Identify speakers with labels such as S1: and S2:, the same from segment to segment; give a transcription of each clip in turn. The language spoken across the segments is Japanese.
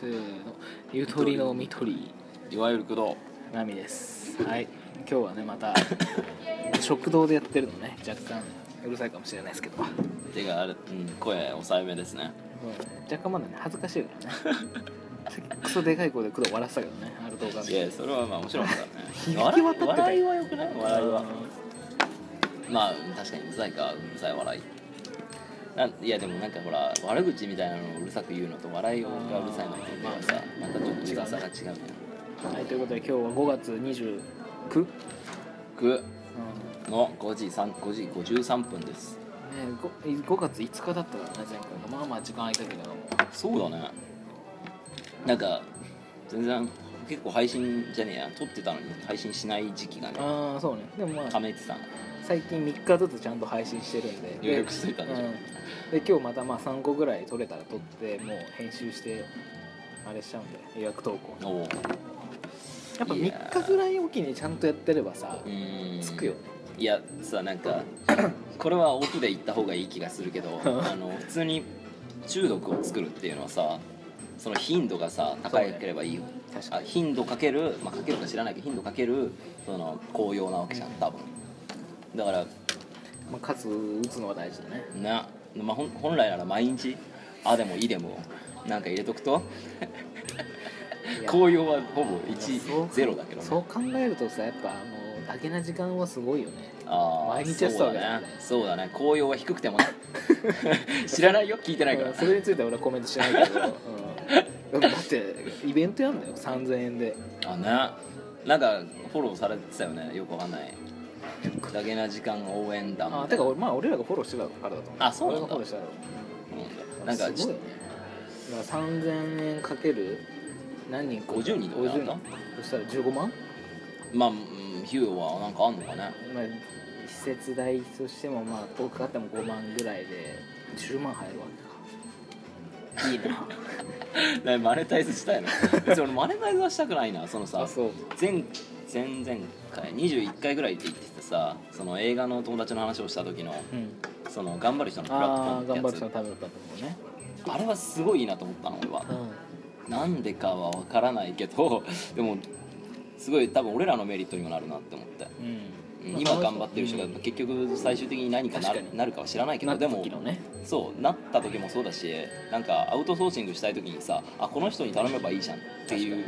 S1: せーのゆとりのみとり
S2: いわゆる工藤
S1: なみですはい今日はねまた食堂でやってるのね若干うるさいかもしれないですけど、
S2: てかあれ、うん、声抑えめですね
S1: 若干まだね恥ずかしいからねさっきクソでかい声で工藤笑ってたけどねある動画
S2: い
S1: で
S2: やそれはまあ面白かったね
S1: 響き渡って
S2: 笑
S1: た
S2: い
S1: よ
S2: 笑いはよくない笑いは
S1: う
S2: まあ確かにうざいかうざい笑いなんいやでもなんかほら悪口みたいなのをうるさく言うのと笑いがうるさいのとではさまたちょっとうざさが違うじゃん
S1: んはいということで今日は5月29、
S2: 僕
S1: うん、
S2: の5時3 5時53分です
S1: ね、5, 5月5日だったからね前回がまあまあ時間空いたけども
S2: そうだねなんか全然結構配信じゃねえや撮ってたのに配信しない時期がね
S1: ああそうねでもま
S2: た
S1: あ
S2: めてたの
S1: 最近3日ずつちゃんと配信してるんで
S2: 入力しといたんでしょ
S1: うんで今日またまあ3個ぐらい撮れたら撮ってもう編集してあれしちゃうんで予約投稿
S2: おお
S1: やっぱ
S2: いや
S1: 3日ぐらいおきにちゃんとやってればさ
S2: うーん
S1: つくよ
S2: いやさなんかこれはオフで行った方がいい気がする けどあの普通に中毒を作るっていうのはさその頻度がさ高ければいいよ、
S1: 確か
S2: あ
S1: に
S2: 頻度かける、まあ、かけるか知らないけど頻度かけるその紅葉なわけじゃん多分だから
S1: まあ、数打つのは大事だね
S2: な、まあ、ほん本来なら毎日「あ」でも「い」でもなんか入れとくと
S1: いや
S2: 紅葉はほぼ
S1: そう
S2: 10だけどね
S1: そう考えるとさやっぱあのだけな時間はすごいよね
S2: あー
S1: 毎日やってたわけだからね
S2: そうだねそうだね紅葉は低くても 知らないよ聞いてないから
S1: うんそれについては俺はコメントしない けど、うん、だってイベントやんだよ3000円で
S2: あねなんかフォローされてたよねよくわかんないだけな時間応援団み
S1: あ
S2: た
S1: て
S2: いな
S1: か俺,、まあ、俺らがフォローしてたからだと思う
S2: あそうなんだ
S1: 俺がフォローしてたか
S2: う
S1: ら
S2: んなんか
S1: すごいよねだから3000円かける何人か
S2: 50人とかやった
S1: 50そしたら15万、
S2: まあうん費用はなんかあんのかね
S1: まあ、施設代としてもまあ遠くかかっても5万ぐらいで10万入るわけかいい な
S2: ねマネタイズしたいの別に俺マネタイズはしたくないなそのさ
S1: そう
S2: 前前々回21回ぐらいって言ってたさその映画の友達の話をした時の
S1: うん
S2: その頑張る人のプラットフォー
S1: ああ
S2: ム
S1: 頑張
S2: っ
S1: る
S2: て
S1: 人
S2: や
S1: のためだったと思うね
S2: つあれはすごいいいなと思ったの俺は
S1: うん
S2: なんでかは分からないけど でもすごい多分俺らのメリットにもなるなって思って
S1: うん
S2: 今頑張ってる人が
S1: うん
S2: 結局最終的に何かなる
S1: 確かに
S2: なるかは知らないけど
S1: なった
S2: でも
S1: 時のね
S2: そうなった時もそうだしなんかアウトソーシングしたい時にさあこの人に頼めばいいじゃんっていう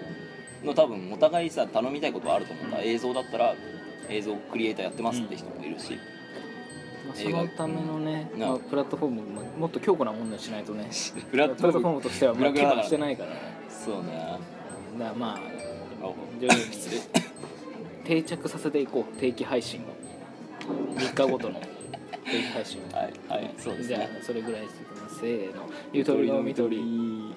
S2: の多分お互いさ頼みたいことはあると思うんだ映像だったら映像クリエイターやってますって人もいるし、
S1: まあ、そのためのね、
S2: 映画
S1: まあ
S2: うん
S1: プラットフォームももっと強固なものにしないとね
S2: プラッ
S1: プラッ
S2: トフ
S1: トフ
S2: ォー
S1: ォー
S2: ム
S1: ムとしてはまあ
S2: グラグ
S1: 機能
S2: ラだから
S1: してないからね
S2: そうね
S1: だからまあ
S2: お
S1: 徐々に
S2: 失礼
S1: 定着させていこう定期配信を3日ごとの定期配信を、
S2: はいはいそうです
S1: じゃ
S2: ね
S1: あそれぐらいにしてきますせーのゆとりのみとり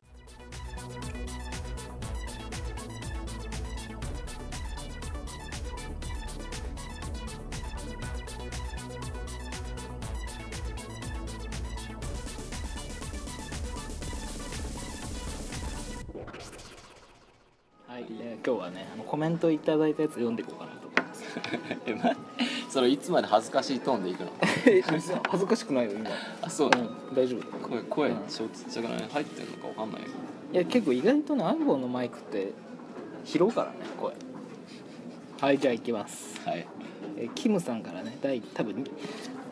S1: はい、えー今日はねあのコメントいただいたやつ読んでいこうかなと思います
S2: え まそれいつまで恥ずかしいトーンでいくの
S1: え恥ずかしくないよ今
S2: あそうだ、
S1: うん、大丈夫
S2: 声声
S1: うん
S2: 小ちっちゃくない入ってんのかわかんないよ
S1: いや結構意外とね iPhone のマイクって拾うからね声はいじゃあ行きます
S2: はい
S1: えーキムさんからね第多分に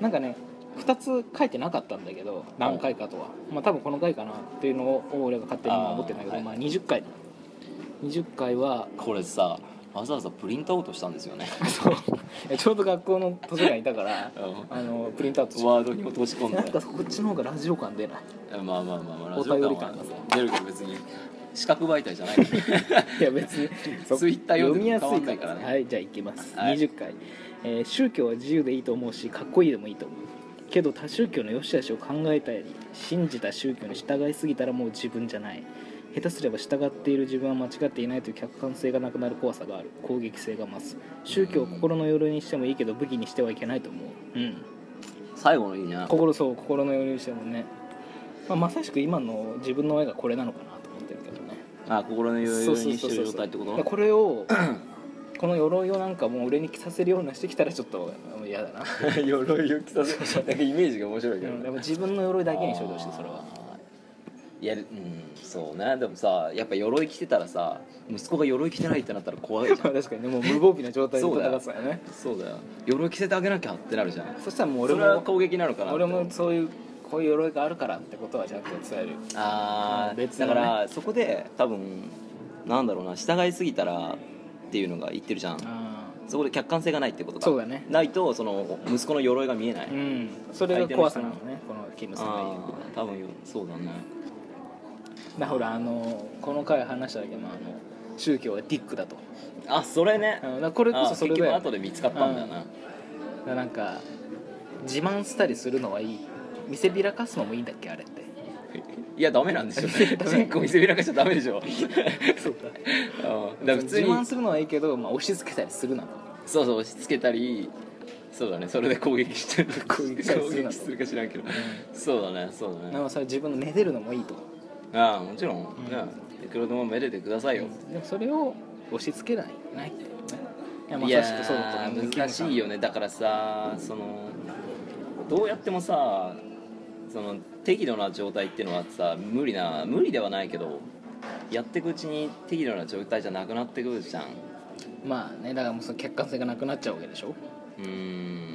S1: なんかね2つ書いてなかったんだけど何回かとは、まあ多分この回かなっていうのを俺が勝手に今思ってんだけど
S2: あー
S1: まあ
S2: は
S1: 20回20回は
S2: これさわざわざプリントアウトしたんです よね
S1: そうえちょうど学校の図書館にいたから
S2: う
S1: あのプリントアウト
S2: ん
S1: し
S2: ワードに落とし込ん
S1: なん
S2: で
S1: かこっちの方がラジオ感出ない
S2: まあまあまあまあ
S1: お
S2: ラジオ
S1: 便り
S2: 感
S1: 感
S2: は
S1: がさ
S2: 出るけど別に視覚媒体じゃないからね
S1: いや別にそ
S2: ツイッター読ん
S1: 読
S2: でも
S1: みやすい
S2: 変わんない
S1: か
S2: からら
S1: ね
S2: ね
S1: はいじゃあいきます、
S2: はい
S1: 20回、えー宗教は自由でいいと思うしかっこいいでもいいと思うけど他宗教の良し悪しを考えたり信じた宗教に従いすぎたらもう自分じゃない下手すれば従っている自分は間違っていないという客観性がなくなる怖さがある攻撃性が増す宗教を心の鎧にしてもいいけど武器にしてはいけないと思ううん
S2: 最後のいいな
S1: 心そう心の鎧にしてもね、まあ、まさしく今の自分の絵がこれなのかなと思ってるけどね
S2: あ心の余裕にしてる状態ってこ
S1: そうそうそうそう
S2: と
S1: これを この鎧をなんかもう俺に着させるようなしてきたらちょっともう嫌だな
S2: 鎧を着させなんかイメージが面白い
S1: でも自分の�鎧だけにしといてほしいそれは
S2: あーいやうんそうねでもさやっぱ鎧着てたらさ息子が鎧着てないってなったら怖いじゃ
S1: まあ
S2: ん
S1: 確かにねもう無防備な状態で
S2: そうだ
S1: 戦
S2: よ
S1: ってたよね
S2: そうだよ鎧着せてあげなきゃってなるじゃん
S1: そしたらもう
S2: 俺
S1: 俺
S2: それは
S1: も
S2: 攻撃なのかなって
S1: 俺もそういうこういう鎧があるからってことはちゃんと伝える
S2: ああ、
S1: 別の
S2: だ
S1: ね
S2: からそこで多分なんだろうな従いすぎたらっていうのが言ってるじゃん
S1: あ
S2: そこで客観性がないってことか
S1: そうだね
S2: ないとその息子の鎧が見えない、
S1: あうんそれが怖さなのねこのキムさんが言う
S2: ああ多分よそうだね
S1: まあほらあのこの回話したけどあの宗教はディックだと
S2: あそれね
S1: あのだからこれこ
S2: あ
S1: そそ
S2: 結
S1: れだ
S2: 局
S1: よ、
S2: 後で見つかったんだよな、
S1: だからなんか自慢したりするのはいい見せびらかすのもいいんだっけあれって
S2: いやダメなんでしょ
S1: ダメ
S2: チンコ見せびらかしちゃダメで しょ
S1: そうだ
S2: うんだから普
S1: 自
S2: 通に
S1: 慢するのはいいけど、まあ、押し付けたりするなと
S2: そうそう押し付けたりそうだねそれで攻撃してる
S1: 攻撃したり
S2: 攻
S1: するな
S2: 撃するか知らんけどそうだねそうだね
S1: なんかそれ自分のめでるのもいいと
S2: ああもちろん、
S1: ん
S2: ねいくらでもめでてくださいよ、
S1: でもそれを押し付けないないっていうねいやま
S2: いや
S1: さしくそうだと思う
S2: 難しいよねだからさそのどうやってもさその適度な状態っていうのはさ無理な無理ではないけどやっていくうちに適度な状態じゃなくなってくるじゃん
S1: まあねだからもうその血管性がなくなっちゃうわけでしょ
S2: うーん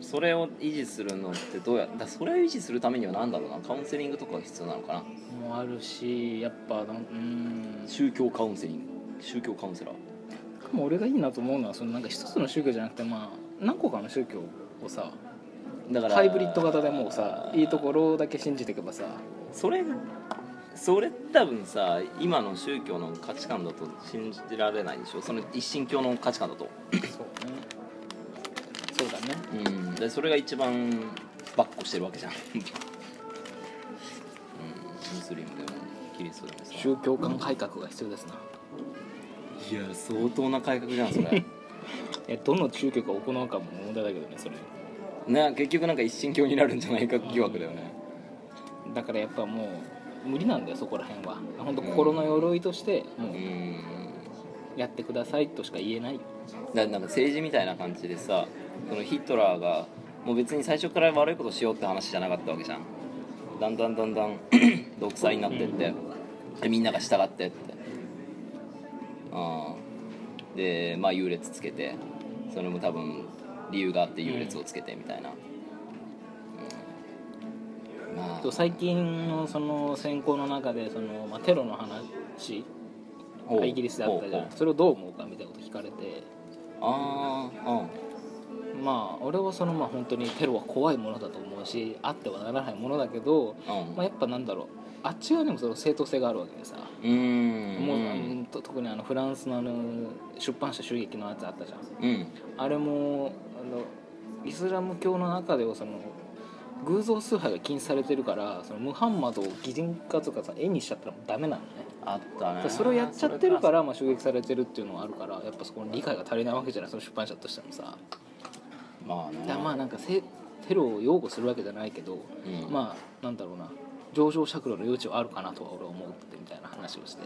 S2: それを維持するのってどうやだからそれを維持するためには何だろうなカウンセリングとかが必要なのかな
S1: もあるしやっぱなんうん
S2: 宗教カウンセリング宗教カウンセラー
S1: しかも俺がいいなと思うのはそのなんか一つの宗教じゃなくてまあ何個かの宗教をさ
S2: だから
S1: ハイブリッド型でもうさいいところだけ信じていけばさ
S2: それそれ多分さ今の宗教の価値観だと信じられないでしょその一神教の価値観だと、
S1: そうねそうだね
S2: うん、でそれが一番バッコしてるわけじゃ ん、うん、ムスリムでもキリストでもさ
S1: 宗教間改革が必要ですない
S2: や相当な改革じゃんそ れ
S1: えどの宗教が行うかも問題だけどねそれ
S2: ね結局なんか一神教になるんじゃないか疑惑だよね
S1: だからやっぱもう無理なんだよそこら辺は本当心の鎧としても
S2: う
S1: うんやってくださいとしか言えない
S2: だなんか政治みたいな感じでさそのヒトラーがもう別に最初から悪いことしようって話じゃなかったわけじゃんだんだんだんだ ん独裁になってって、でみんなが従ってってああでまあ優劣つけてそれも多分理由があって優劣をつけてみたいな、うんま
S1: と最近のその選考の中でその、まあ、テロの話
S2: ほう
S1: イギリスであったじゃ
S2: ほ
S1: ん
S2: う
S1: それをどう思うかみたいなこと聞かれて
S2: ほうああ
S1: まあ俺はそのまあ本当にテロは怖いものだと思うしあってはならないものだけど、
S2: うんうん
S1: まあ、やっぱなんだろうあっち側にもその正当性があるわけでさ、
S2: うーん
S1: もう
S2: う
S1: うんんと特にあのフランスのあの出版社襲撃のやつあったじゃん
S2: うん
S1: あれもあのイスラム教の中ではその偶像崇拝が禁止されてるからそのムハンマドを擬人化とかさ絵にしちゃったらもうダメなのね
S2: あった
S1: だか
S2: ね
S1: らそれをやっちゃってるからまあ襲撃されてるっていうのはあるからやっぱそこの理解が足りないわけじゃないその出版社としてもさ
S2: まあね
S1: だからまあなんかせテロを擁護するわけじゃないけど、
S2: うん
S1: まあなんだろうな上昇酌量の余地はあるかなとは俺は思ってみたいな話をして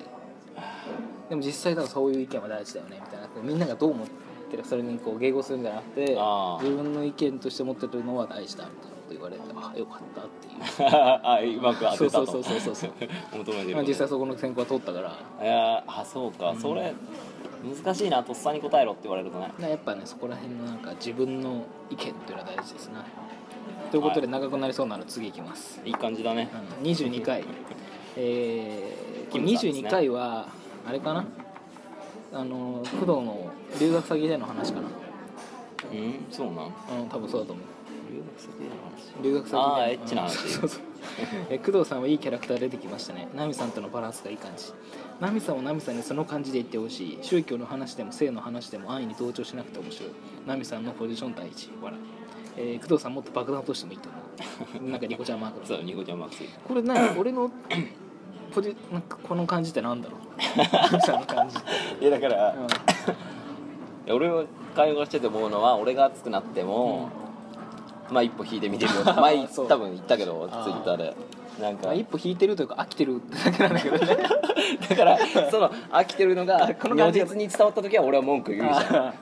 S1: でも実際だからそういう意見は大事だよねみたいなこうみんながどう思ってるかそれにこう迎合するんじゃなくて
S2: あー
S1: 自分の意見として持ってるのは大事だみたいなこと言われてあよかったっていう
S2: あうまく当てたと
S1: そうそうそうそう
S2: 求めてる
S1: まあ
S2: こと
S1: 実際そこの選考は通ったからだか
S2: いやーあそうか、
S1: うん
S2: それ難しいなとっさに答えろって言われるとね
S1: らやっぱねそこら辺のなんか自分の意見っていうのは大事ですなということで長くなりそうなの次いきます
S2: いい感じだね
S1: あの22回えー、これ
S2: キムさんですね
S1: 22回はあれかなあの工藤の留学先での話かな
S2: うんそうなん
S1: うん多分そうだと思う
S2: 留学先の話
S1: 留学先で
S2: あーエッチな話
S1: うんそうそうそうえ工藤さんはいいキャラクター出てきましたねナミさんとのバランスがいい感じナミさんはナミさんにその感じで言ってほしい宗教の話でも性の話でも安易に同調しなくて面白いナミさんのポジション第一笑い、えー工藤さんもっと爆弾落としてもいいと思うなんかニコちゃんマークの
S2: そうニコちゃんマークス
S1: これ ね俺のポジなんかこの感じってなんだろ うナミさんの感じって、
S2: いやだから、
S1: うん
S2: いや俺は会話してて思うのは俺が熱くなっても、まあ一歩引いてみてるよ 前
S1: そう
S2: 多分言ったけどツイ
S1: あー
S2: ッターでなん
S1: ま
S2: か
S1: あ、一歩引いてるというか飽きてるってだけなんだけどね
S2: だから その飽きてるのが
S1: この感じ
S2: 如実に伝わった時は俺は文句言うじゃ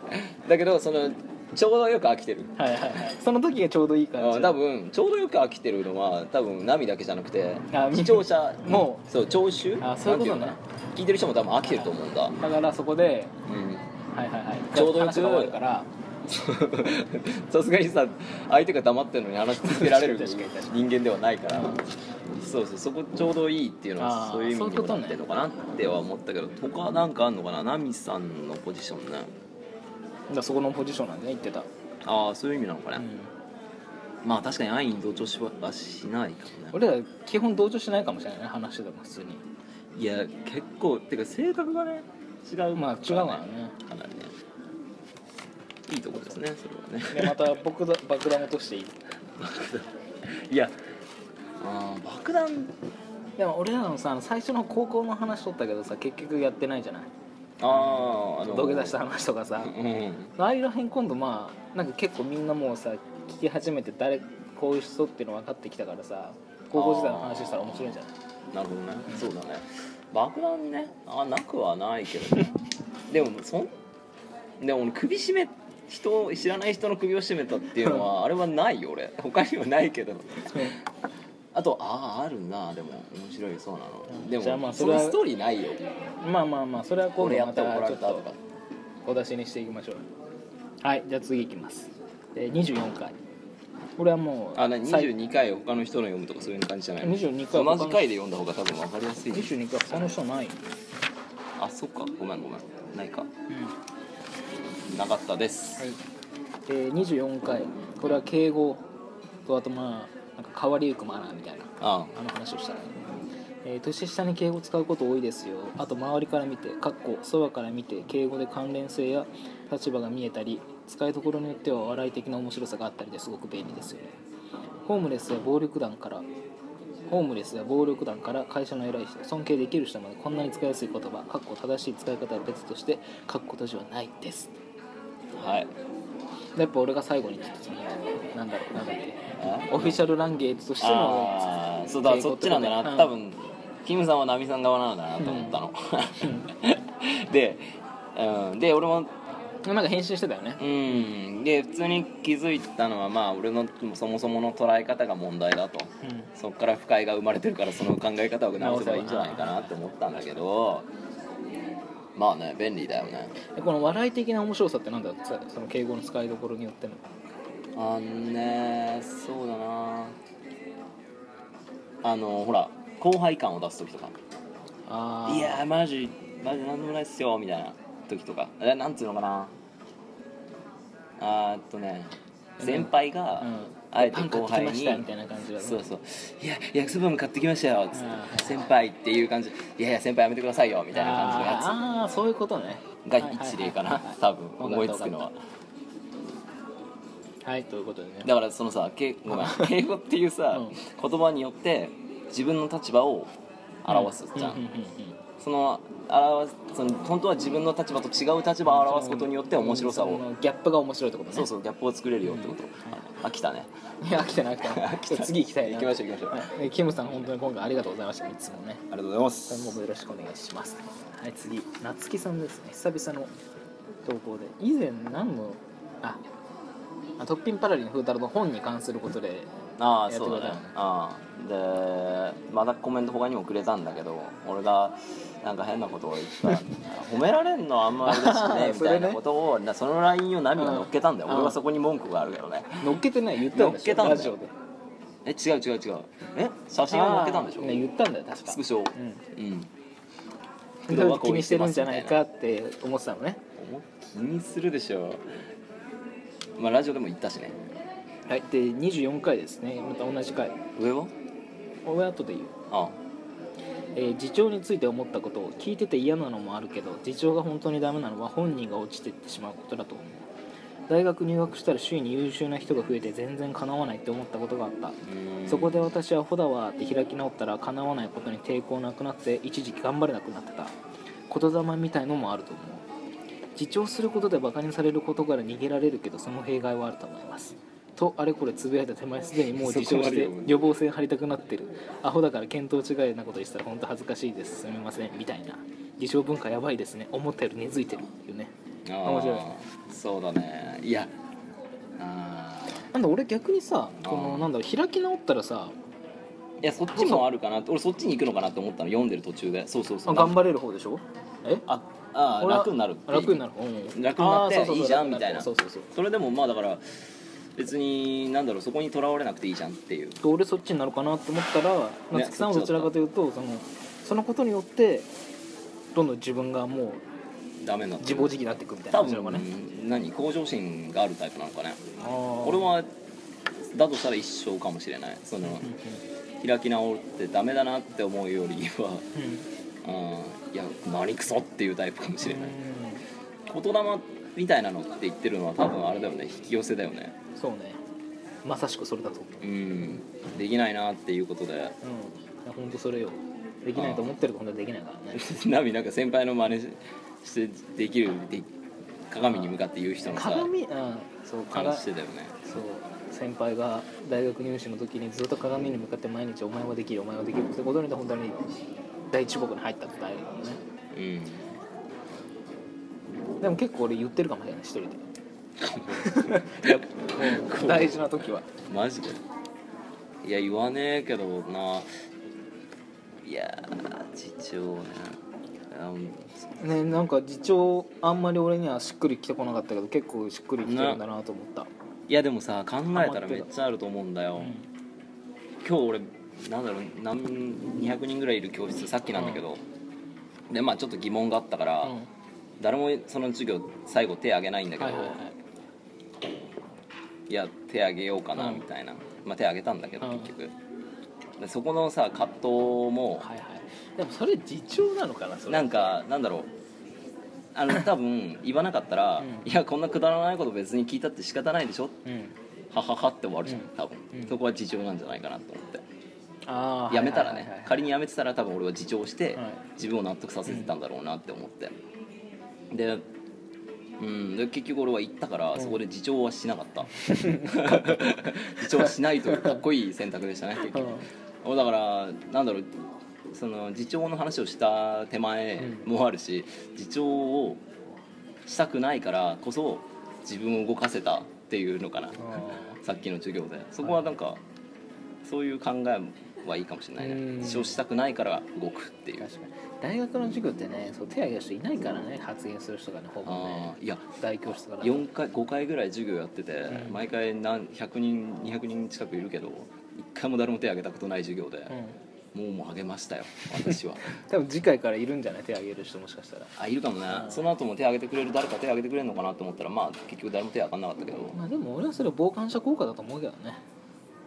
S2: んだけどそのちょうどよく飽きてる
S1: はいはいはいその時がちょうどいい感
S2: う
S1: じ
S2: ん多分ちょうどよく飽きてるのは多分ナミだけじゃなくて
S1: あ
S2: 視聴者
S1: も
S2: うそう聴衆
S1: あそういうことね
S2: なんてのかな聞いてる人も多分飽きてると思うんだ、
S1: だからそこで
S2: うん
S1: はいはいはい
S2: ちょうどよく
S1: 話が終わるから
S2: さすがにさ相手が黙ってるのに話し続けられる
S1: 確かに確
S2: 人間ではないからそうそうそこちょうどいいっていうの
S1: あ
S2: は
S1: ー
S2: そういう意味
S1: そういう
S2: に
S1: こ
S2: も
S1: と
S2: な
S1: ね
S2: ってるのかなっては思ったけど他なんかあんのかなナミさんのポジションね
S1: だからそこのポジションなんでね言ってた、
S2: ああそういう意味なのか
S1: う
S2: ね、
S1: ん
S2: まあ確かに安易に同調しはしないかもね
S1: 俺ら基本同調しないかもしれないね話でも普通に
S2: いや結構てか性格がね違うからね
S1: まあ違うからね
S2: かなりねいいとこですねそれはね
S1: でまた僕だ爆弾落としていい
S2: いやあー爆弾
S1: でも俺らのさ最初の高校の話取ったけどさ結局やってないじゃない
S2: あああの
S1: 土下座した話とかさ
S2: うん
S1: ああいうらへん今度まあなんか結構みんなもうさ聞き始めて誰こういう人っていうの分かってきたからさ高校時代の話したら面白いんじゃない
S2: なるほどねそうだね爆弾ねあなくはないけどね でもそんでも俺首絞め人を知らない人の首を絞めたっていうの はあれはないよ俺他にはないけどあとあああるなでも面白いそうな
S1: うん
S2: のでも
S1: じゃあまあ
S2: そ
S1: それは
S2: のストーリーないよ
S1: まあまあまあそれは今
S2: こ
S1: 度
S2: れや
S1: ま
S2: って
S1: た
S2: 怒ら
S1: ち
S2: れ
S1: ょった
S2: と
S1: と
S2: か
S1: 小出しにしていきましょうはいじゃあ次いきますで24回これはもう
S2: あ何
S1: 最
S2: 22回を他の人の読むとかそういう感じじゃないの
S1: 22回
S2: 同じ回で読んだ方が多分分かりやすい
S1: 22回他の人ない、
S2: あそっかごめんごめんないか
S1: うん
S2: なかったです、
S1: はい、えー、24回これは敬語とあとまあなんか変わりゆくマナーみたいな
S2: あ
S1: あの話をしたら、ねえー年下に敬語使うこと多いですよあと周りから見てかっこそばから見て敬語で関連性や立場が見えたり使いどころによっては笑い的な面白さがあったりですごく便利ですよねホームレスや暴力団からホームレスや暴力団から会社の偉い人尊敬できる人までこんなに使いやすい言葉かっこ正しい使い方は別としてかっこ閉じはないです
S2: あはい
S1: やっぱ俺が最後にちょっとそのなんだろうなんだっけ
S2: あ
S1: オフィシャルランゲージとしての
S2: あーそうだ
S1: 敬語
S2: そ
S1: っ
S2: って
S1: こと
S2: ち
S1: ね
S2: なんだな、
S1: うん
S2: 多分キムさんはナミさん側なんだなと思ったの、 で、うん、で俺も
S1: なんか編集してたよね
S2: うんで普通に気づいたのはまあ俺のそもそもの捉え方が問題だと
S1: うん
S2: そこから不快が生まれてるからその考え方を直せばいいんじゃないかなって思ったんだけどまあね便利だよね
S1: えこの笑い的な面白さってなんださその敬語の使いどころによっての
S2: あのねそうだなあのほら後輩感を出す時とか
S1: あ
S2: いやーマジマジなんでもないっすよみたいな時とかえなんつうのかなあーっとね先輩が、あえて後輩に
S1: みたいな感じだね
S2: そうそう「いや焼きそばも買ってきましたよ」つっ
S1: あー
S2: て「先輩」っていう感じ「いやいや先輩やめてくださいよ」みたいな感じのや
S1: あーあーそういうことね
S2: つが一例か
S1: は
S2: ない
S1: はいはい
S2: 多分
S1: わかった
S2: 思いつくの
S1: わ
S2: は
S1: かったはいということでね
S2: だからそのさけ ごめん敬語っていうさ
S1: う
S2: 言葉によって自分の立場を表すじゃ
S1: うんうんんうん
S2: その表すその本当は自分の立場と違う立場を表すことによって面白さ
S1: うん
S2: を
S1: そのギャップが面白いってことね
S2: そうそうギャップを作れるよってことあ飽きたね
S1: いや飽きてない飽きて ないちょっと次行きたいな
S2: 行きましょう行きましょ
S1: は
S2: う
S1: いえキムさん本当に今回ありがとうございましたいつもね
S2: ありがとうございま
S1: 今後もよろしくお願いしますはい次夏希さんですね久々の投稿で以前何のああトッピンパラリン風太郎の本に関することで
S2: ああ
S1: やって
S2: そう
S1: くれ
S2: だ
S1: た
S2: ね
S1: のね
S2: ああでまたコメント他にもくれたんだけど俺がなんか変なことを言った褒められんのあんまりだし ねみ
S1: それ
S2: た
S1: ね
S2: いなことをなそのラインをナミが乗っけたんだよ、
S1: うん
S2: 俺はそこに文句があるけどね
S1: 乗っけてない言ったんで
S2: 乗っ
S1: し
S2: け
S1: ょ
S2: たんだよ
S1: ラジオで
S2: え違う違う違うえ写真を載っけたんでしょ、
S1: あーね言ったんだよ確か
S2: スクショ
S1: うん
S2: うん
S1: 風太郎気にしてるんじゃないかって思ってたのね
S2: 気にするでしょまあラジオでも言ったしね
S1: はいで24回ですねまた同じ回
S2: 上は
S1: これ後で言う
S2: あ
S1: えー自重について思ったことを聞いてて嫌なのもあるけど自重が本当にダメなのは本人が落ちてってしまうことだと思う大学入学したら周囲に優秀な人が増えて全然叶わないって思ったことがあった
S2: あうん
S1: そこで私は「ホだわ」って開き直ったら叶わないことに抵抗なくなって一時期頑張れなくなってた言霊みたいのもあると思う自重することでバカにされることから逃げられるけどその弊害はあると思いますとあれこれつぶやいた手前すでにもう自重
S2: そこま
S1: し
S2: で
S1: て
S2: 読む
S1: 予防線張りたくなってるアホだから見当違いなことしたら本当恥ずかしいですすみませんみたいな自重文化やばいですね思ったより根付いてるっていうね
S2: あー
S1: 面白い
S2: そうだねいやあ
S1: なんだ俺逆にさこ
S2: あ
S1: の
S2: ー
S1: なんだろう開き直ったらさ
S2: ーいやそっちもあるかなって俺そっちに行くのかなって思ったの読んでる途中でそうそうそ
S1: あ
S2: う
S1: 頑張れる方でしょえ
S2: ああー
S1: 俺は
S2: 楽になるっていう
S1: 楽になる、うん、
S2: 楽になって
S1: あーそうそうそう
S2: いいじゃ
S1: 楽に
S2: ん
S1: る
S2: みたいな
S1: そうそうそう
S2: それでもまあだから別になんだろうそこにとらわれなくていいじゃんっていう
S1: 俺そっちになるかなと思ったら夏木さんは
S2: そ
S1: ど
S2: っち
S1: ち
S2: だ
S1: ら
S2: った
S1: かというとそのそのことによってどんどん自分がも
S2: ダメにな
S1: う
S2: っ
S1: 自
S2: てる
S1: 暴自棄になっていくみたいな
S2: 多
S1: 感じなの
S2: 分、
S1: かね
S2: 何向上心があるタイプなのかね
S1: あー
S2: 俺はだとしたら一生かもしれないその
S1: うん
S2: 開き直ってダメだなって思うよりは
S1: うんうん
S2: うんいや何クソっていうタイプかもしれない
S1: うん
S2: 言霊みたいなのって言ってるのは多分あれだよね引き寄せだよね
S1: そうねまさしくそれだと思う
S2: うんできないなっていうことで
S1: う んいや本当それよできないと思ってると本当はできない からね
S2: ナビなんか先輩の真似ししてできるで鏡に向かって言う人のさ
S1: 鏡うんそう鏡
S2: 話し
S1: そ
S2: て
S1: う
S2: たよね
S1: 先輩が大学入試の時にずっと鏡に向かって毎日「お前はできるお前はできる」ってことによって本当に第一志望に入ったってあるからね
S2: うん
S1: でも結構俺言ってるかもしれない一人でいやもう 大事な時は
S2: マジでいや言わねえけどないやー次長ねあうん
S1: ねなんか次長あんまり俺にはしっくりきてこなかったけど結構しっくりきてるんだなと思った、
S2: いやでもさ考えたらめっちゃあると思うんだよ、今日俺なんだろう何200人ぐらいいる教室さっきなんだけど、でまあちょっと疑問があったから、
S1: うん
S2: 誰もその授業最後手挙げないんだけ
S1: は
S2: ど、
S1: い
S2: い
S1: はいはい
S2: や手挙げようかな
S1: うん
S2: みたいな、まあ手挙げたんだけど
S1: うん
S2: 結局、でそこのさ葛藤も
S1: はいはいでもそれ次長なのかなそれ
S2: なんかなんだろう あの多分言わなかったら、
S1: うん
S2: いやこんなくだらないこと別に聞いたって仕方ないでしょ
S1: うん
S2: はははって終わるじゃん
S1: うん
S2: 多分、
S1: うん
S2: そこは自重なんじゃないかなと思って
S1: ああ
S2: やめたらね、
S1: はい
S2: 仮にやめてたら多分俺は自重して、
S1: はい
S2: 自分を納得させてたんだろうなって思って、でうん、で結局俺は行ったから、
S1: ん
S2: そこで自重はしなかった 自重はしないというかっこいい選択でしたね結
S1: はい
S2: 局、
S1: はい
S2: もうだからなんだろうその次長の話をした手前もあるし、次長をしたくないからこそ自分を動かせたっていうのか
S1: う
S2: な
S1: んあ
S2: さっきの授業でそこはなんか、そういう考えはいいかもしれない
S1: うん
S2: ね自重したくないから動くってい
S1: ー
S2: う
S1: 確かに大学の授業ってねそう手挙げる人いないからね発言する人がねほぼ
S2: あ
S1: ね
S2: ーいや
S1: 大教室から
S2: 4回5回ぐらい授業やってて、
S1: うん
S2: 毎回何100人200人近くいるけど1回も誰も手挙げたことない授業で、
S1: うん
S2: もうもうあげましたよ私は。
S1: 多分次回からいるんじゃない手挙げる人もしかしたら
S2: あいるかもね、
S1: うん
S2: その後も手挙げてくれる誰か手挙げてくれるのかなと思ったらまあ結局誰も手挙がんなかったけど
S1: まあでも俺はそれは傍観者効果だと思うけどね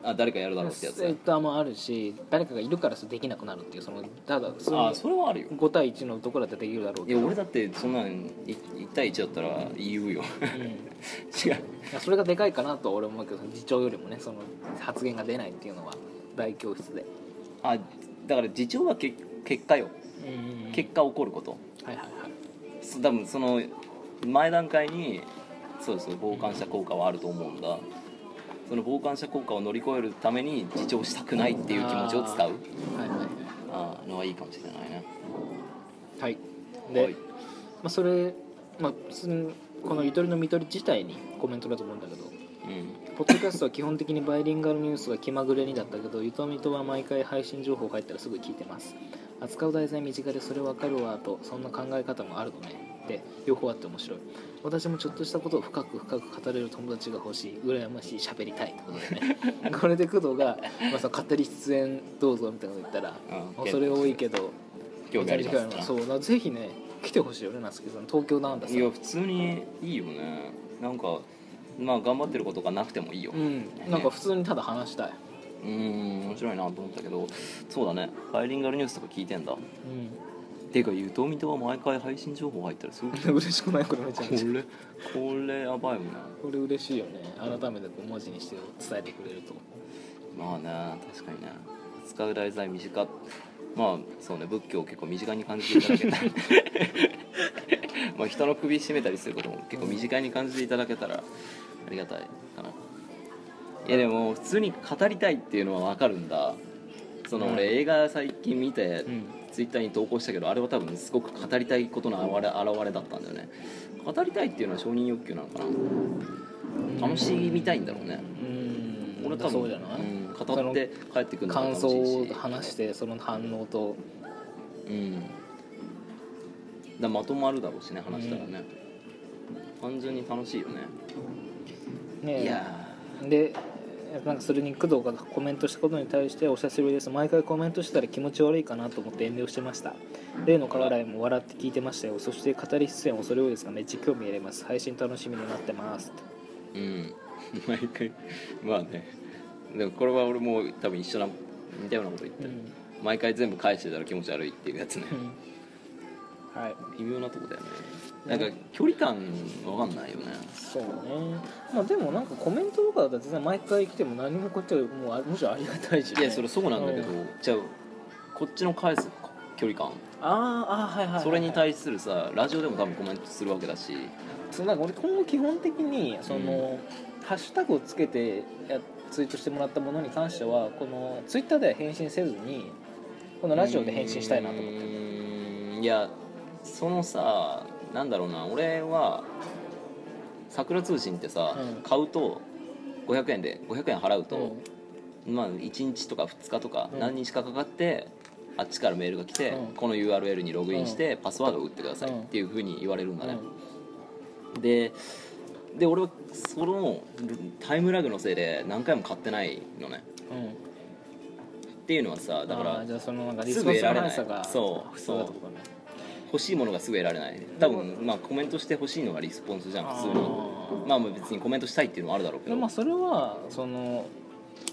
S2: あ誰かやるだろうってやつ
S1: ツイッターもあるし誰かがいるからそうできなくなるっていうそのただそ
S2: あ
S1: の
S2: あそれはあるよ
S1: 5対1のところだってできるだろう
S2: い
S1: け
S2: や
S1: ど
S2: 俺だってそんなんい1対1だったら言うよ
S1: うん
S2: 違う
S1: いやそれがでかいかなとは俺は思うけどその次長よりもねその発言が出ないっていうのは大教室で、
S2: あだから次長はけ結果よ結果起こること、
S1: はいはいはい
S2: そ多分その前段階にそうそう傍観者効果はあると思うんだその傍観者効果を乗り越えるために自重したくないっていう気持ちを使う
S1: はいはいは
S2: あーのはいいかもしれないね
S1: いはいで、
S2: はい
S1: まあ、それ、まあ、すんこの「ゆとりのみとり」自体にコメントだと思うんだけど
S2: うん
S1: ポッドキャストは基本的にバイリンガルニュースが気まぐれにだったけどゆとみとは毎回配信情報入ったらすぐ聞いてます扱う題材身近でそれわかるわとそんな考え方もあるのねで両方あって面白い私もちょっとしたことを深く深く語れる友達が欲しい羨ましい喋りたいってことで ねこれで工藤が、まあ、その勝手に出演どうぞみたいなこと言ったら
S2: うん
S1: もうそれ多いけど
S2: 興味あります
S1: めちゃめちゃ興味ある
S2: から
S1: そうだからぜひね来てほしいよね夏樹さん東京なんださ
S2: いや普通にいいよねなんかまあ頑張ってることがなくてもいいよ
S1: う
S2: うん
S1: なんか普通にただ話したい
S2: ーん面白いなと思ったけどそうだねバイリンガルニュースとか聞いてんだ
S1: う
S2: ていうかゆとみとは毎回配信情報入ったらすごい
S1: ん
S2: こ
S1: 嬉しくないこれめちゃめちゃ
S2: れこれやばいもんね
S1: これ嬉しいよね改めてこう文字にして伝えてくれると
S2: まあね確かにね使う題材身近まあそうね仏教を結構身近に感じていただけたらまあ人の首絞めたりすることも結構身近に感じていただけたらありがたいかないやでも普通に語りたいっていうのは分かるんだその
S1: うん
S2: 俺映画最近見て
S1: うん
S2: ツイッターに投稿したけどあれは多分すごく語りたいことの表れ表れだったんだよね語りたいっていうのは承認欲求なのかな楽しみたいんだろうね
S1: うん
S2: 俺多分
S1: そうじゃない、
S2: うん語って帰ってくるのが
S1: 感
S2: 楽しいし
S1: 想を話してその反応と
S2: うんだまとまるだろうしね話したらね、単純に楽しいよね、
S1: ね
S2: いや
S1: でなんかそれに工藤がコメントしたことに対して「お久しぶりです毎回コメントしたら気持ち悪いかなと思って遠慮してました例のからいも笑って聞いてましたよそして語り出演恐れ多いですがめっちゃ興味入れます配信楽しみになってます」
S2: ーうん 毎回まあねでもこれは俺も多分一緒な似たようなこと言って
S1: う
S2: る、
S1: ん
S2: 毎回全部返してたら気持ち悪いっていうやつね
S1: はい
S2: 微妙なとこだよね
S1: ね
S2: なんか距離感わかんないよね
S1: そうねまあでもなんかコメントとかだと全然毎回来ても何もこっちはもうあむしろありがたいし、
S2: い
S1: ね、
S2: やそれそうなんだけど、
S1: う
S2: じゃあこっちの返す距離感
S1: あーあーはいはい、はい、
S2: それに対するさラジオでも多分コメントするわけだし
S1: そうなんか俺今後基本的にその、ハッシュタグをつけてやツイートしてもらったものに関してはこのツイッターでは返信せずにこのラジオで返信したいなと思って
S2: うーんいやそのさなんだろうな俺は桜通信ってさ、
S1: うん
S2: 買うと500円で500円払う
S1: う
S2: と、まあ1日とか2日とか
S1: うん
S2: 何日かかかって、あっちからメールが来て、
S1: うん
S2: この URL にログインして、パスワードを打ってください
S1: うん
S2: っていうふうに言われるんだ
S1: ん
S2: ね、でで俺はそのタイムラグのせいで何回も買ってないのね
S1: うんうん
S2: っていうのはさだか
S1: あー
S2: ら
S1: じゃあそのなんかリ
S2: す
S1: ス
S2: ぐ
S1: ポンス
S2: 得
S1: の
S2: られない
S1: 速さが
S2: そう
S1: 不足だってことね
S2: 欲しいものがすぐ得られない多分まあコメントして欲しいのがリスポンスじゃん普通に
S1: あ
S2: まあまあ別にコメントしたいっていうのもあるだろう
S1: ー
S2: け
S1: でも
S2: ど
S1: まあそれはその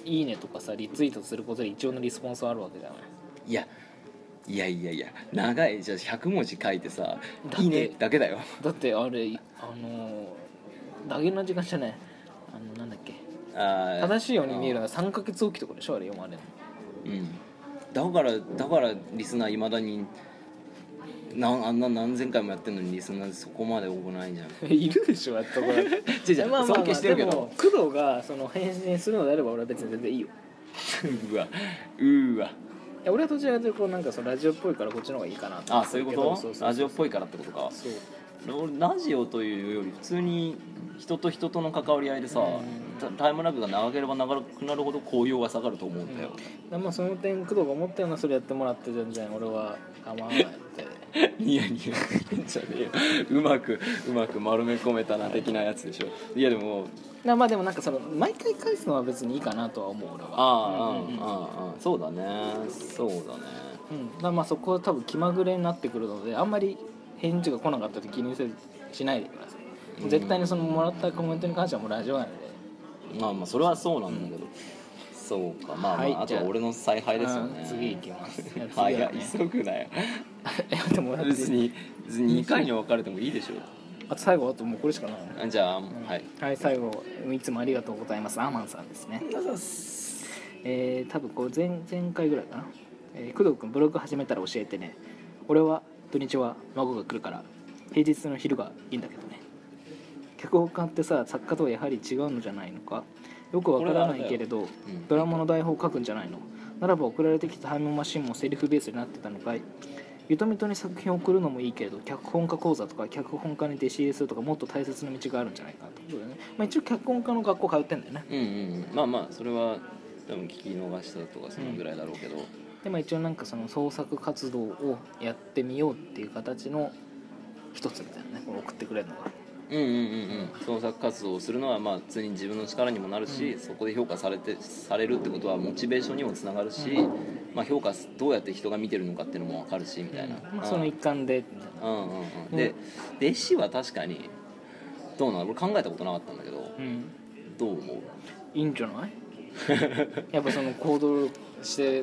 S1: いいねとかさリツイートすることで一応のリスポンスはあるわけじゃない
S2: いやいやいやいや長いじゃあ100文字書いてさ
S1: だっ
S2: 「
S1: て
S2: いいね」だけだよ
S1: だってあれあのー打撃の時間じゃないあのなんだっけ
S2: あー
S1: 正しいように見えるのは3ヶ月おきとかでしょあれ読まれるの
S2: うんだからだからリスナーいまだになんあんな何千回もやってるのにリスナーそこまで多くないんじゃん
S1: いるでしょやったこれ
S2: じゃあじゃあ尊敬してるけ
S1: で
S2: ど
S1: も工藤がその返信するのであれば俺は別に全然いいよ
S2: うわうわ
S1: いや俺はどちらかというとこうなんかそのラジオっぽいからこっちの方がいいかなと思
S2: あ
S1: って
S2: そうい
S1: る
S2: う
S1: け
S2: こ
S1: ど
S2: と
S1: そうそうそう
S2: ラジオっぽいからってことか
S1: そう
S2: 俺ラジオというより普通に人と人との関わり合いでさ、
S1: うん
S2: タタイムラグが長ければ長くなるほど紅葉が下がると思うんだよ、
S1: だまあその点工藤が思ったようなそれやってもらって全然俺は構わないって
S2: ニヤニヤしてんじゃねえようまくうまく丸め込めたな的なやつでしょいやでも
S1: なまあでもなんかその毎回返すのは別にいいかなとは思う俺は
S2: あ
S1: うんうんうん
S2: あ、ああああそうだねそうだね
S1: うん、だからまあそこは多分気まぐれになってくるのであんまり返事が来なかったら気にせずしないでください絶対にそのもらったコメントに関してはもうラジオなので
S2: まあまあそれはそうなんだけど、そうかまあまあ、
S1: はい
S2: あとは俺の采配ですよね
S1: うん次行きます いや次は
S2: 早
S1: ね
S2: い急ぐなよ
S1: いやでもだって
S2: 別に別に2回に分かれてもいいでしょ
S1: あと最後あともうこれしかないの
S2: あじゃあ、
S1: うん
S2: はい
S1: はい最後いつもありがとうございますアーマンさんですねえー、多分こう前前回ぐらいかな、えー工藤君ブログ始めたら教えてね俺は土日は孫が来るから平日の昼がいいんだけどね脚本家ってさ作家とはやはり違うのじゃないのかよくわからないけれど
S2: うん
S1: ドラマの台本を書くんじゃないのならば送られてきたタイムマシンもセリフベースになってたのかいゆとみとに作品を送るのもいいけれど脚本家講座とか脚本家に弟子入りするとかもっと大切な道があるんじゃないかなということでね、まあ、一応脚本家の学校通ってんだよね
S2: うんうんうんまあまあそれは多分聞き逃したとかそのぐらいだろうけど、
S1: でまあ一応なんかその創作活動をやってみようっていう形の一つみたいなねこれ送ってくれるのが
S2: うん、うんうんうん創作活動をするのはまあ普通に自分の力にもなるし、
S1: うん
S2: そこで評価されてされるってことはモチベーションにもつながるし、
S1: う
S2: まあ、評価すどうやって人が見てるのかっていうのも分かるしみたいな、
S1: まあ、その一環でみたいな
S2: うんうんうん、で弟子は確かにどうなの俺考えたことなかったんだけど
S1: うん
S2: どう思う
S1: いいんじゃ ないやっぱその行動して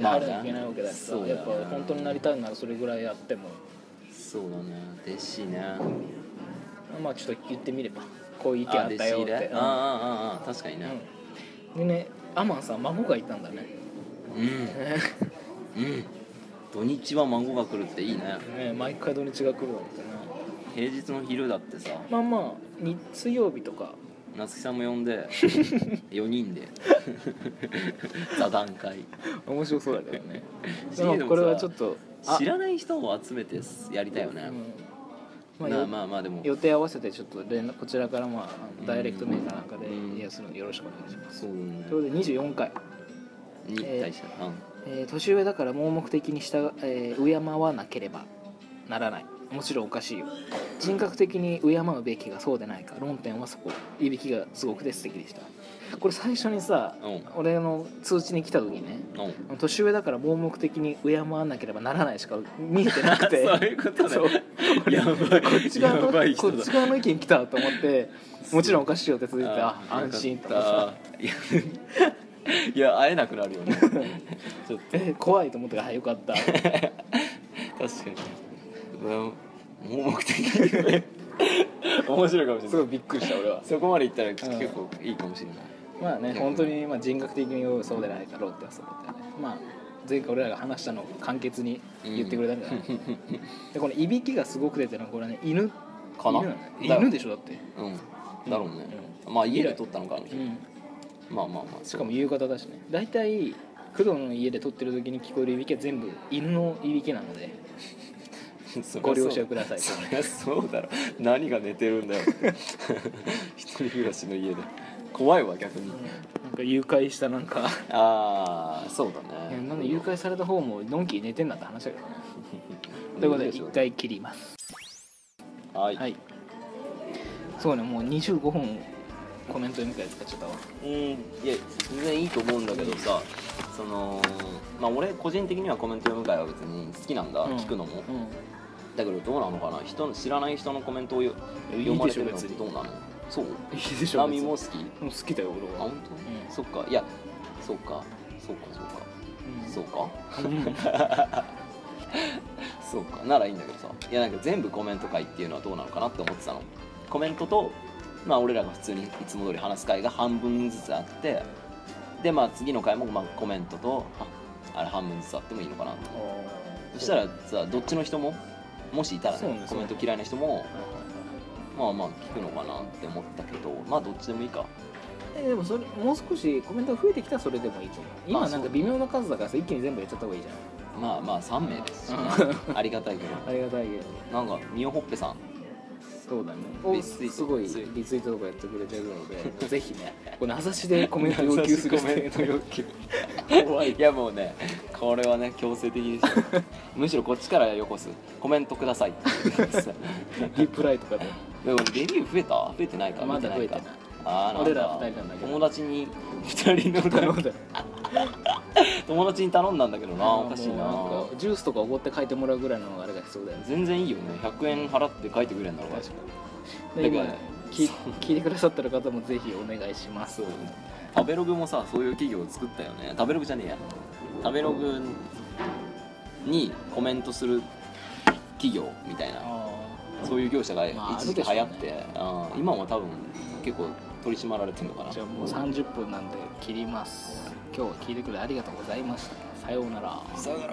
S2: ま
S1: や
S2: あ
S1: らなきゃいけないわけだしさ、
S2: そうだ
S1: や
S2: よ
S1: っ
S2: な
S1: ぱ本当になりたいならそれぐらいやっても
S2: そうだね弟子ね
S1: まあちょっと言ってみればこういう意見
S2: あ
S1: あっ
S2: 弟
S1: たよ
S2: 子
S1: っ
S2: ね
S1: て
S2: ああああああ確かにね
S1: うん、でねアマンさん孫がいたんだね
S2: うん、うん、土日は孫が来るっていいね
S1: ね毎回土日が来るわけだな
S2: 平日の昼だってさ
S1: まあまあに水曜日とか
S2: う夏木さんも呼 んで4人で座談会
S1: 面白そうだ けどねで
S2: でもさ
S1: もこれはちょっとあ
S2: 知らない人を集めてやりたいよね
S1: う、んま
S2: ま
S1: あ
S2: あ、
S1: よ
S2: まあまあでも
S1: 予定合わせてちょっと連絡こちらからまああ
S2: うん
S1: のダイレクトメールかなんかで
S2: うん
S1: いやするのよろしくお願いします
S2: そう
S1: ということで24回、
S2: に対して、
S1: えー年上だから盲目的に従、えー敬わなければならないもちろんおかしいよ人格的に敬うべきがそうでないか論点はそこいびきがすごくて素敵でしたこれ最初にさ
S2: うんうん
S1: 俺の通知に来た時ね
S2: うん
S1: 年上だから盲目的に敬わなければならないしか見えてなくて
S2: そういうこと
S1: そう
S2: ねやばい
S1: こっち側の
S2: やばい
S1: こ
S2: 人だ
S1: っち側の意見来たと思って もちろんおかしいよって続いてあ
S2: あー
S1: 安心と
S2: よかったいやいや会えなくなる よねちょっと
S1: え怖いと思ったからはいよか った
S2: 確かにうん盲目 的に面白いかもしれ
S1: す
S2: な
S1: ごい
S2: い
S1: びっくりした俺は
S2: そこまでいったら結
S1: うん
S2: 構いいかもしれない、
S1: まあね
S2: うん
S1: 本当にまあ人格的にそうでないだろうってはそうだよねまあ前回俺らが話したのを簡潔に言ってくれたんじ ゃない、でこのいびきがすごく出てるのはこれはね犬
S2: かな
S1: 犬,、ね、
S2: だよ
S1: 犬でしょだって、
S2: うんだろうね、まあ家で撮ったのかあの日、
S1: うん、
S2: まあまあまあ
S1: しかも夕方だしね大体工藤の家で撮ってる時に聞こえるいびきは全部犬のいびきなので
S2: そう
S1: ご了承ください
S2: そりゃそうだろ何が寝てるんだよ 一人暮らしの家で怖いわ逆に
S1: なんか誘拐したなんか
S2: ああそうだ
S1: いや
S2: ね
S1: なんで誘拐された方ものんきに寝てんだって話だけどねということで一回切ります
S2: はい、
S1: はいそうねもう25本コメント読み替え使っちゃったわ
S2: うんいや全然いいと思うんだけどさそのまあ俺個人的にはコメント読む会は別に好きなんだ、
S1: うん
S2: 聞くのも
S1: う
S2: だけどどうなのかな人の知らない人のコメントをよ
S1: いいでし
S2: 読
S1: ょ
S2: まれてるのっ
S1: 別
S2: て
S1: に
S2: どうなのそうん
S1: いいでしょ
S2: ナミも好き
S1: 別にうん好きだよ
S2: あ
S1: 俺は
S2: 本当、
S1: うん
S2: そっかいやそっかそっかそっかそうか
S1: うん うん
S2: そうかならいいんだけどさいやなんか全部コメント会っていうのはどうなのかなって思ってたのコメントとまあ俺らが普通にいつも通り話す会が半分ずつあってでまあ次の回もまあコメントとああれ半分ずつあってもいいのかなとそしたらさどっちの人ももしいたら
S1: そうね
S2: ねコ
S1: そう
S2: メ
S1: ね
S2: ント嫌いな人もまあまあ聞くのかなって思ったけどまあどっちでもいいか
S1: えでもそれもう少しコメントが増えてきたらそれでもいいと思う今
S2: まあ
S1: なん
S2: そ
S1: か
S2: う
S1: 微妙な数だからさ一気に全部やっちゃった方がいいじゃん
S2: まあまあ3名ですし、ね、 ありがたいけど
S1: ありがたいけど
S2: なんかミオホッペさん
S1: そうだね
S2: リ
S1: お
S2: ツイート
S1: すごいリ
S2: リツ
S1: ツ
S2: イ
S1: イ
S2: ー
S1: ートとかやってくれてるの でぜひねこの名指しでコメント要求する
S2: コメント要求
S1: 怖い
S2: いやもうねこれはね強制的ですよ むしろこっちからよこすコメントくださいって言ってさ
S1: リプライとかで
S2: でもレビュー増えた増えてないか
S1: まだ増えてない
S2: 見かあーなんだ
S1: 俺ら二人なんだけど
S2: 友達に二人の
S1: 頼 んだ
S2: 友達に頼んだんだけどなおかしいな
S1: もうなんかジュースとかおごって書いてもらうぐらいのあれが必要だよね
S2: 全然いいよね100円払って書いてくれるんだろうから
S1: 確か
S2: に
S1: にで今
S2: だから
S1: 聞聞いてくださってる方もぜひお願いします
S2: そう食べログもさそういう企業を作ったよね食べログじゃねえや食べログにコメントする企業みたいな
S1: あ
S2: そういう業者が一
S1: まあ
S2: 時期流行
S1: あ
S2: っ
S1: る
S2: て、
S1: でしょうね
S2: あー今も多分結構取り締まられてるのかな
S1: ーじゃあもう30分なんで切ります今日は聞いてくれてありがとうございましたさようなら
S2: さよなら